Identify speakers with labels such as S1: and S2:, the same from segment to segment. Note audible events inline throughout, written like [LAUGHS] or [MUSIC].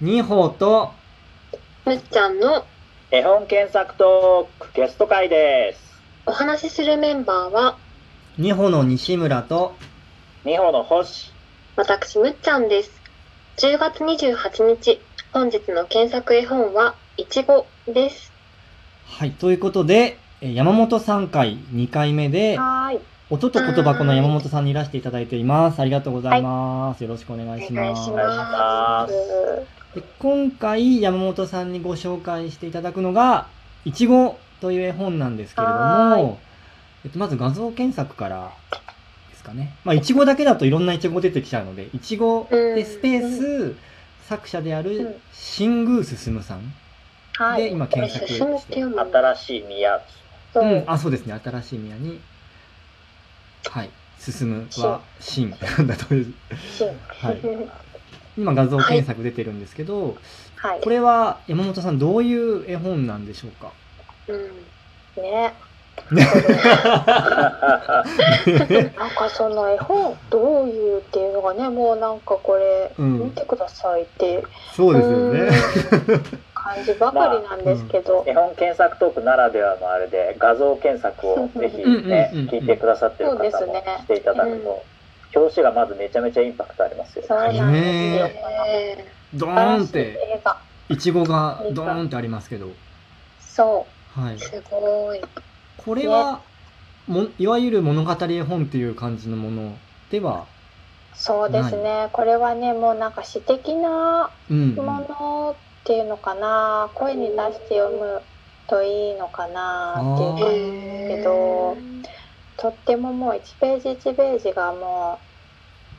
S1: 二歩と
S2: むっちゃんの
S3: 絵本検索トークゲスト会です。
S2: お話しするメンバーは
S1: 二歩の西村と
S3: 二歩の星。
S2: 私むっちゃんです10月28日本日の検索絵本はいちごです
S1: はいということでえー山本さん会2回目で
S2: はい
S1: 音と言葉この山本さんにいらしていただいていますありがとうございます、よろしくお願いし
S2: お
S1: ま
S2: 願いし
S1: す
S2: ます
S1: で今回山本さんにご紹介していただくのが「いちご」という絵本なんですけれど
S2: はー
S1: も、えっと、まず画像検索からですかねまあいちごだけだといろんないちご出てきちゃうのでいちごでスペース、作者であ
S2: うん
S1: る新宮進さん、
S2: は
S1: で今
S2: これ
S1: 検索
S2: 進むっ
S1: してて、
S2: 読む
S3: 新しい宮。
S2: そう
S1: うん、あそうですね新しい宮にはい進むは新なんだという
S2: 進
S1: はい今画像検索出てるんですけど、
S2: [LAUGHS] はい
S1: これは山本さんどういう絵本なんでしょうか
S2: うんね
S1: ね
S2: なんかその絵本どういうっていうのがねもうなんかこれ
S1: うん
S2: 見てくださいって
S1: そうですよね。
S2: うん感じばかりなんですけど、
S3: 絵本検索トークならではのあれで画像検索をぜひね
S1: うんうんうんうん
S3: 聞いてくださってる方も
S2: そうですね
S3: していただくと、表紙がまずめちゃめちゃインパクトありますよ。
S2: そうなんですよ、
S1: ねド
S2: 素晴
S1: ー
S2: ら
S1: ンっ
S2: しい
S1: て、
S2: 映画
S1: いちごがドーンってありますけど。
S2: そ。
S1: はいう
S2: すごい
S1: これは、も、いわゆる物語絵本っていう感じのものでは、
S2: そうですねこれはねもうなんか詩的な
S1: うん、
S2: ものっていうのかな、声に出して読むといいのかなっていう感じけどとってももう1ページ1ページがも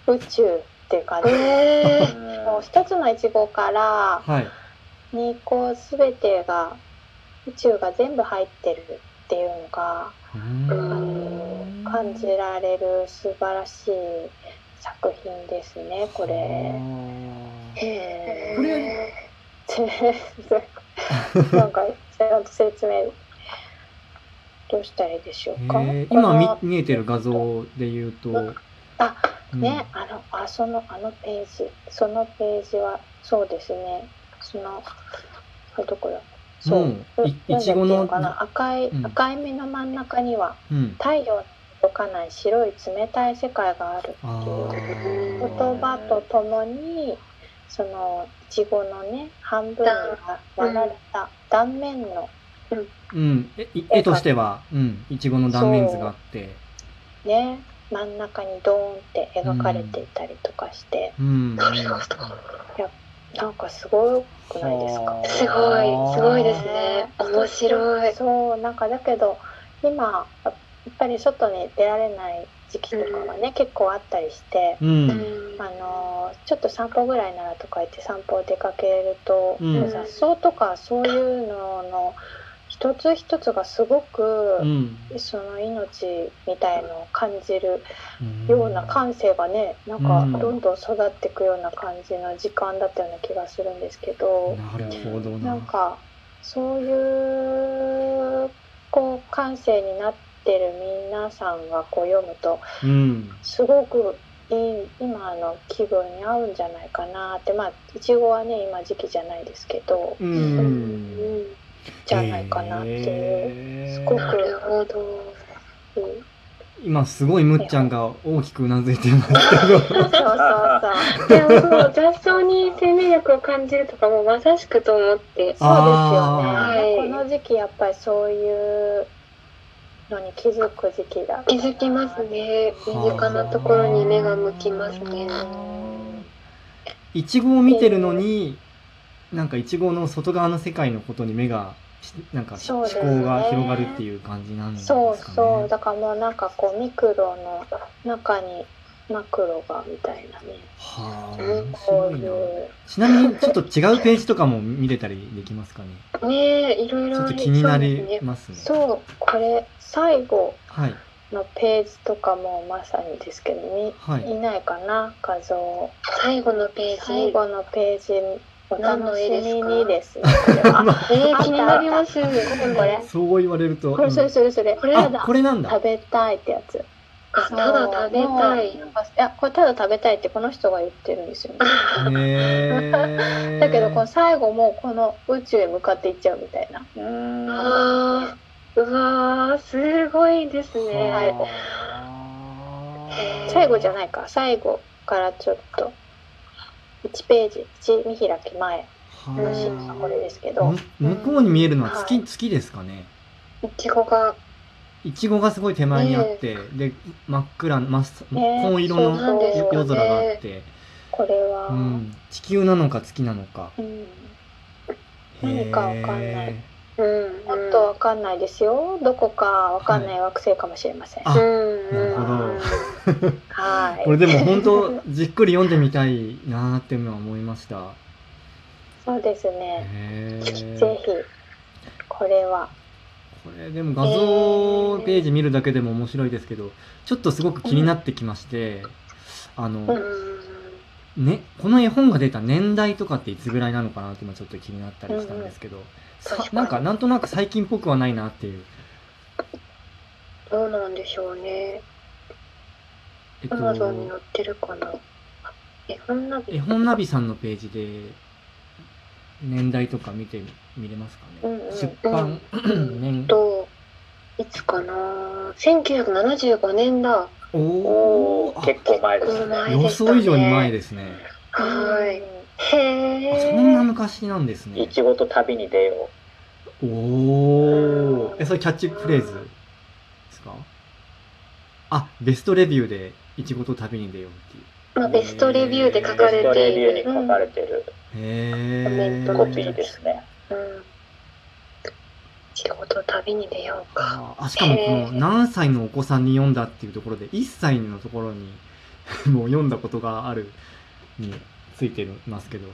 S2: う宇宙っていう感じ、
S3: うん
S2: もう一つのイチゴから
S1: はい。
S2: にこう全てが宇宙が全部入ってるっていうのが
S1: うー
S2: あ
S1: ん
S2: の感じられる素晴らしい作品ですねこれ。
S1: あ
S2: へー
S1: これ
S2: [LAUGHS] なんかちゃんと説明どうしたらいいでしょうか、
S1: ーへー
S2: この
S1: 今見見えてる画像で言うと、
S2: あ
S1: うん
S2: ね、あのあそのあのページそのページはそうですねそのあどこだそう、
S1: もう
S2: う
S1: い
S2: なんだっ
S1: いちご
S2: ていう
S1: の
S2: かな赤い、
S1: うん
S2: 赤い目の真ん中には
S1: うん、
S2: 太陽の届かない白い冷たい世界がある
S1: あー
S2: 言葉とともにそのいちごのね半分に割られた断面の
S1: うん、えい絵としては、うん、いちごの断面図があって、
S2: ね真ん中にドーンって描かれていたりとかして、
S1: うん、
S4: なるほど
S2: なんかすごくないですか
S3: はあ
S4: すごいすごいですね
S2: あー
S4: 面白い
S2: そうなんかだけど今やっぱり外に出られない時期とかがね、結構あったりして、
S1: うん、
S2: あのーちょっと散歩ぐらいならとか言って散歩出かけると、
S1: うん
S2: もう雑草とかそういうのの一つ一つがすごく、
S1: うん、
S2: その命みたいのを感じる
S1: うん
S2: ような感性がねなんか
S1: うん
S2: どんどん育っていくような感じの時間だったような気がするんですけど、
S1: なるほどな
S2: なんかそういうこう感性になってる皆さんがこう読むと
S1: うん
S2: すごくいい今の気分に合うんじゃないかなってまあいちごはね今時期じゃないですけど、
S1: う
S2: うんんじゃないかなっていう、
S1: へー
S2: すご
S4: な
S2: く
S4: るほど
S2: いい
S1: 今すごいむっちゃんが大きくうなずいてますけど
S2: そうそうそう
S4: でもそう雑草に生命力を感じるとかもまさしくと思って
S2: そうですよね。
S1: あ
S4: ー
S2: この時期やっぱりそういうのに気づく時期だ。
S4: 気づきます。ね身近なところに目が向きますね
S1: いちごを見てるのになんかいちごの外側の世界のことに目がしなんかし
S2: そう
S1: 思
S2: ですね
S1: 考が広がるっていう感じなんですかね
S2: そうそう。だからもうなんかこうミクロの中にマクロがみたいなね。
S1: はあ
S4: うん
S1: 面
S2: こ
S1: 白
S2: う
S1: い
S2: い
S1: な
S2: う。
S1: ちなみにちょっと違うページとかも見れたりできますかね
S4: ねえいろい
S1: ち
S4: ろ
S1: ょっ
S4: あ
S1: と
S4: り
S1: 気にな
S4: そうで
S1: り
S4: すね
S1: ますね
S2: そう、これ最後
S1: はい
S2: のページとかもまさにですけど、
S1: はい
S2: みいないかな画像。
S4: 最後のページ
S2: 最後のページお
S4: 何の
S2: 楽し
S4: 絵
S2: み
S4: ですか
S2: にですね。こ
S1: [LAUGHS]
S2: れは
S4: えー気になります
S2: これ
S1: [LAUGHS] そう言われると
S2: これそれそれそれ。これ
S1: あこれなんだ
S2: 食べたいってやつ。
S4: あただ食べたい
S2: そうもうなんかいやこれただ食べたいってこの人が言ってるんですよね。
S1: へー
S2: [LAUGHS] だけどど、この最後もこの宇宙へ向かっていっちゃうみたいな。
S3: うーん。
S4: あーうわーすごいですね。
S2: はい最後じゃないか、最後からちょっと、1ページ、1見開き前のシーンがこれですけど
S1: む、向こうに見えるのは月、
S2: はい
S1: 月ですかね
S4: いちごが
S1: いちごがすごい手前にあって、で真っ暗真っ
S2: ね
S1: 紺色の
S4: そうなんですよね
S1: 夜空があって、
S2: これは、
S1: うん、地球なのか月なのか
S2: うん何かわかんない
S1: へー
S4: うん
S2: もっとわかんないですよ。どこかわかんない惑星かもしれません。
S1: あ
S4: うん
S1: なるほど
S2: はい。
S1: これでも本当じっくり読んでみたいなーっていうのは思いました
S2: そうですね。
S1: へ
S2: ぜ
S1: ー
S2: ひ、これは。
S1: これでも画像ページ見るだけでも面白いですけどちょっとすごく気になってきましてあの、ね、この絵本が出た年代とかっていつぐらいなのかなって今ちょっと気になったりしたんですけど、さ
S2: 確かに
S1: なんかなんとなく最近っぽくはないなっていう、
S4: どうなんでしょうね。
S1: えっ
S4: アマゾンに
S1: と、
S4: 載ってるかな。え、こんな
S1: 絵本ナビさんのページで年代とか見て見れますかね、
S2: うんうん
S1: 出版、年
S4: と、いつかな ?1975 年だ。
S1: お
S3: お
S1: ー
S3: ー結構前です
S4: あ
S3: ね。
S1: 予想以上に前ですね
S4: はい。
S2: うん
S4: へ
S1: あ
S4: え。
S1: そんな昔なんです
S3: い
S1: ね
S3: ちごと旅に出よ
S1: おおえそれキャッチフレーズですかあベストレビューで「いちごと旅に出よう」っていう
S4: まあ、ベストレビューで
S3: う。
S4: 書
S3: ベ
S4: か
S3: スト
S4: れ
S3: レビュー
S4: てい
S3: に
S4: る。
S3: 書かれてる
S1: へ
S4: うん
S3: コ
S1: ー
S3: ピーですね。
S4: うん仕事旅に出ようか。
S1: あしかもこの何歳のお子さんに読んだっていうところで1歳のところに [LAUGHS] もう読んだことがあるについてますけど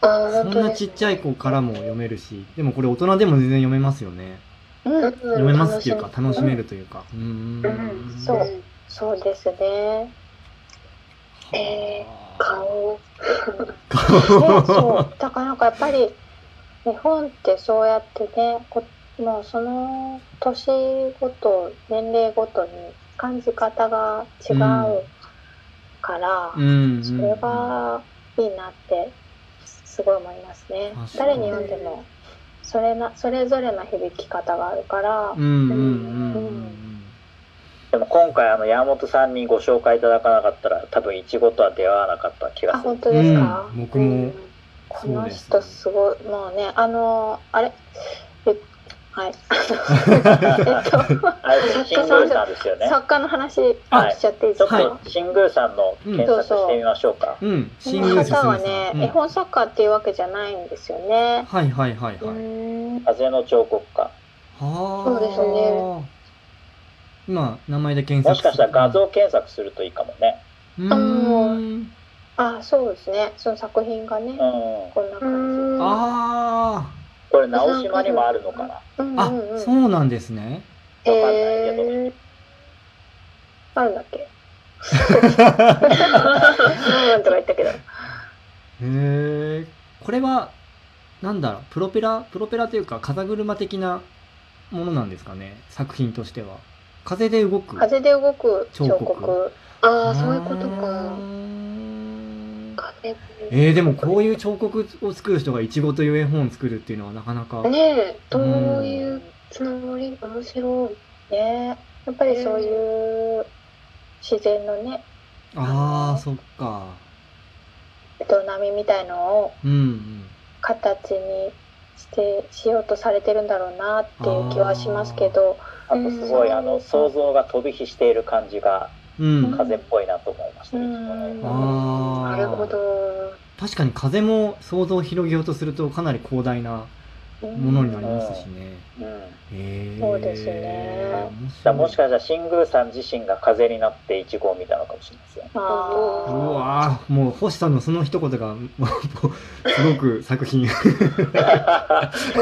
S4: あ
S1: そんなちっちゃい子からも読めるしでもこれ大人でも全然読めますよね
S2: うん、
S1: 読めますっていうか楽しめ
S4: る。
S1: るというかうーん
S4: うん、
S2: そ
S4: そううん。
S2: そうですね。
S4: え
S1: は
S4: 顔。
S2: ね、
S1: あ
S2: [LAUGHS] そうだからなんかやっぱり日本ってそうやってねこもうその年ごと年齢ごとに感じ方が違うから、
S1: うんうん
S2: それがいいなってすごい思いますね
S1: 確。かに
S2: 誰に読んでもそれなそれぞれの響き方があるから、
S1: うんうんうんうん
S3: でも今回あの山本さんにご紹介いただかなかったら多分いちごとは出会わなかった気
S2: あ
S3: がする
S2: 本。当ですか、
S1: うん僕も
S2: こ
S1: そう
S2: の
S1: です
S2: 人すごいもうねあのあれえはいえっと
S3: あれ新宮さんですよね。
S2: 作家の話
S3: はい
S2: しちゃっていいで
S3: ちょ
S2: す
S3: っ
S2: か、
S1: は
S3: と新宮さんの検索してみましょうか。
S1: [LAUGHS] うん
S2: こ
S1: 新
S2: の
S1: 入生
S2: 方はね、
S1: うん
S2: 絵本作家っていうわけじゃないんですよね。
S1: はいはいはいうはい
S2: ーん
S3: 風の彫刻家。
S1: はあ
S4: そうですね
S1: 今名前で検
S3: も
S1: 索
S3: しかしたら画像検索するといいかもね。
S1: うーん
S2: あそうですねその作品がね、
S3: うん。
S2: こんな
S4: う
S2: 感じ。
S4: ん。
S1: あ
S3: これ直島にもあるのかな。
S2: うん
S1: ああ
S2: うんうん、
S1: そうなんですね
S4: へ
S3: わかんないけど
S4: え。
S2: あるんだっけ
S3: [LAUGHS]
S2: うんとか言ったけど。
S1: へえこれはなんだろうプロペラプロペラというか風車的なものなんですかね作品としては風で動く
S2: 風で動く彫
S1: 彫刻
S2: 刻。
S4: ああ、そういうこと
S1: うー
S4: か。
S1: ん
S4: 壁
S1: えー、でもこういう彫刻を作る人がイチゴという絵本を作るっていうのはなかなか、
S4: ねえ、どういうつながり面白い。
S2: ねやっぱりそういう自然のね
S1: ああそっか
S2: 営みみたいのを
S1: うんうん
S2: 形にしてしようとされてるんだろうなっていう気はしますけど
S3: あとすごいあの想像が飛び火している感じが
S1: うん
S3: 風っぽいなと思いました。
S2: うん
S1: あー
S4: なるほど。
S1: 確かに風も想像を広げようとするとかなり広大なものになりますしね。
S3: うん。
S1: へー
S2: そうですね。
S1: 面
S3: じ
S1: 白
S3: ゃ
S1: い
S3: あもしかしたら新宮さん自身が風になってイチゴを見たのかもしれません。
S2: [LAUGHS] あ
S1: う
S2: ー
S1: わーもう星さんのその一言がもうすごく作品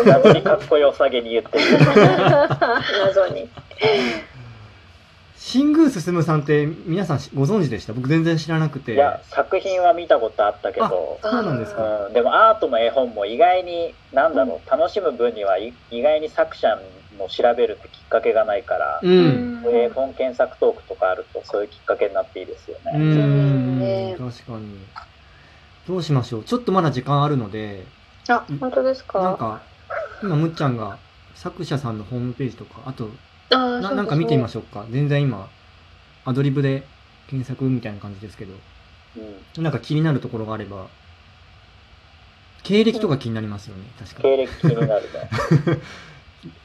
S3: 謎にかっこよさげに言ってる。
S2: 謎に
S1: 新宮進さんって皆さんご存知でした僕全然知らなくて
S3: いや作品は見たことあったけど、
S1: そうなんですか
S3: うん、でもアートも絵本も意外になんだろう、楽しむ分にはい意外に作者の調べるってきっかけがないから、
S1: う
S4: うん
S3: 絵本検索トークとかあるとそういうきっかけになっていいですよ
S1: う
S3: ね。
S1: ん
S4: ね
S1: 確かにどうしましょうちょっとまだ時間あるので
S2: あ、本当ですか。
S1: なんか、今、むっちゃんが作者さんのホームページとか、あと、
S4: あー
S1: な
S4: そう
S1: なんか見てみま
S4: し
S1: しょうか。全然今、アドリブで検索みたいな感じですけど、
S3: うん、
S1: なんか気になるところがあれば、経歴とか気になりますよね、確か
S3: 経
S1: に。
S3: 歴気になるね。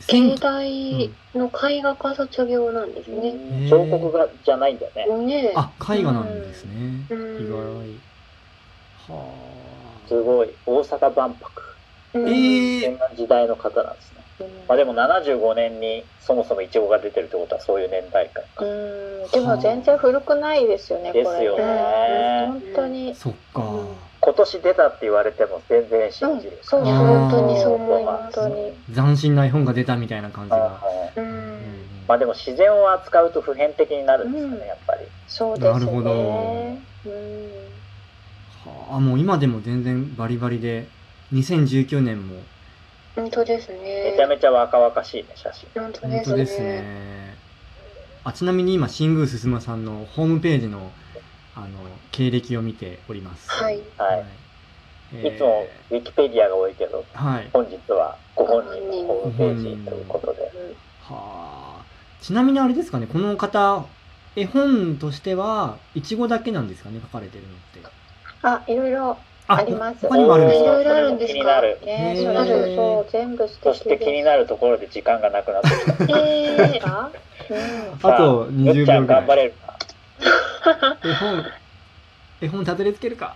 S1: 千
S4: 大の絵画科卒業なんですね。
S1: へー
S3: 彫刻がじゃないんだよね。
S4: ねえ。
S1: あ、絵画なんですね。意
S4: う
S1: 外。
S4: ん
S1: はあ。
S3: すごい。大阪万博。
S4: うん
S1: え
S3: 戦
S1: え
S3: 乱時代の方なんですね。まあでも75年にそもそもイチゴが出てるってことはそういう年代か。
S2: うん、でも全然古くないですよね、これ。
S3: ですよね
S2: うん本当に。
S1: そっか。
S3: 今年出たって言われても全然信じる。
S2: うんそう
S1: 本当にそう
S4: 思います
S2: 本当に
S1: 斬新な絵本が出たみたいな感じが。
S3: あー
S4: う
S1: うん
S4: ん。
S3: まあでも自然を扱うと普遍的になるんですかね、
S2: うん
S3: やっぱり。
S2: そうですね。
S1: なるほど
S2: うん。
S1: はあ、もう今でも全然バリバリで、2019年も、
S4: 本当ですね。
S3: めちゃめちゃ若々しいね、写真。
S4: 本当
S1: 本
S4: で
S1: 当
S4: す
S1: です
S4: ね。
S1: ね。あちなみに今、新宮進さんのホームページのあの経歴を見ております。
S4: はい。
S3: はい。
S1: えー
S3: いつもウィキペディアが多いけど、
S1: はい。
S3: 本日はご本人のホームページということで。
S1: はあ。ちなみにあれですかね、この方、絵本としては、いちごだけなんですかね、書かれてるのって。
S2: あ、いろいろ。
S1: あ
S2: あります
S1: 他にもあるんです
S4: い
S1: か
S4: ろいろあるんですか
S3: 気になる。
S2: ね、
S1: へ
S2: そ
S1: ー
S2: うそうそう、全部素敵
S3: そして気になるところで時間がなくなってきた。
S2: です
S4: ええ。
S2: か。う
S1: [LAUGHS]
S2: ん。
S1: あと20
S3: よっちゃ
S1: 秒ぐ
S3: ん
S1: らい
S3: 頑張れるか。
S1: 絵本、絵本たどり着けるか。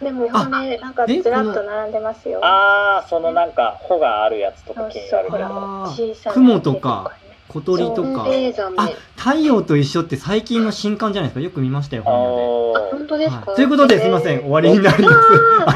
S4: でも、
S1: あ
S4: ね、
S2: なんかずらっと並んでますよ。
S3: ああ、そのなんか、穂があるやつとか気になるけど。
S1: あー
S2: 小さな
S1: 雲とか、小鳥と
S4: ホーム
S1: か。
S4: ページはね
S1: あ、太陽と一緒って最近の新刊じゃないですか。よく見ましたよ、本屋で。
S3: お
S4: あ
S3: ー
S4: 本当です
S1: は
S4: か。
S1: いということで、すいません。終わりになります。
S4: あー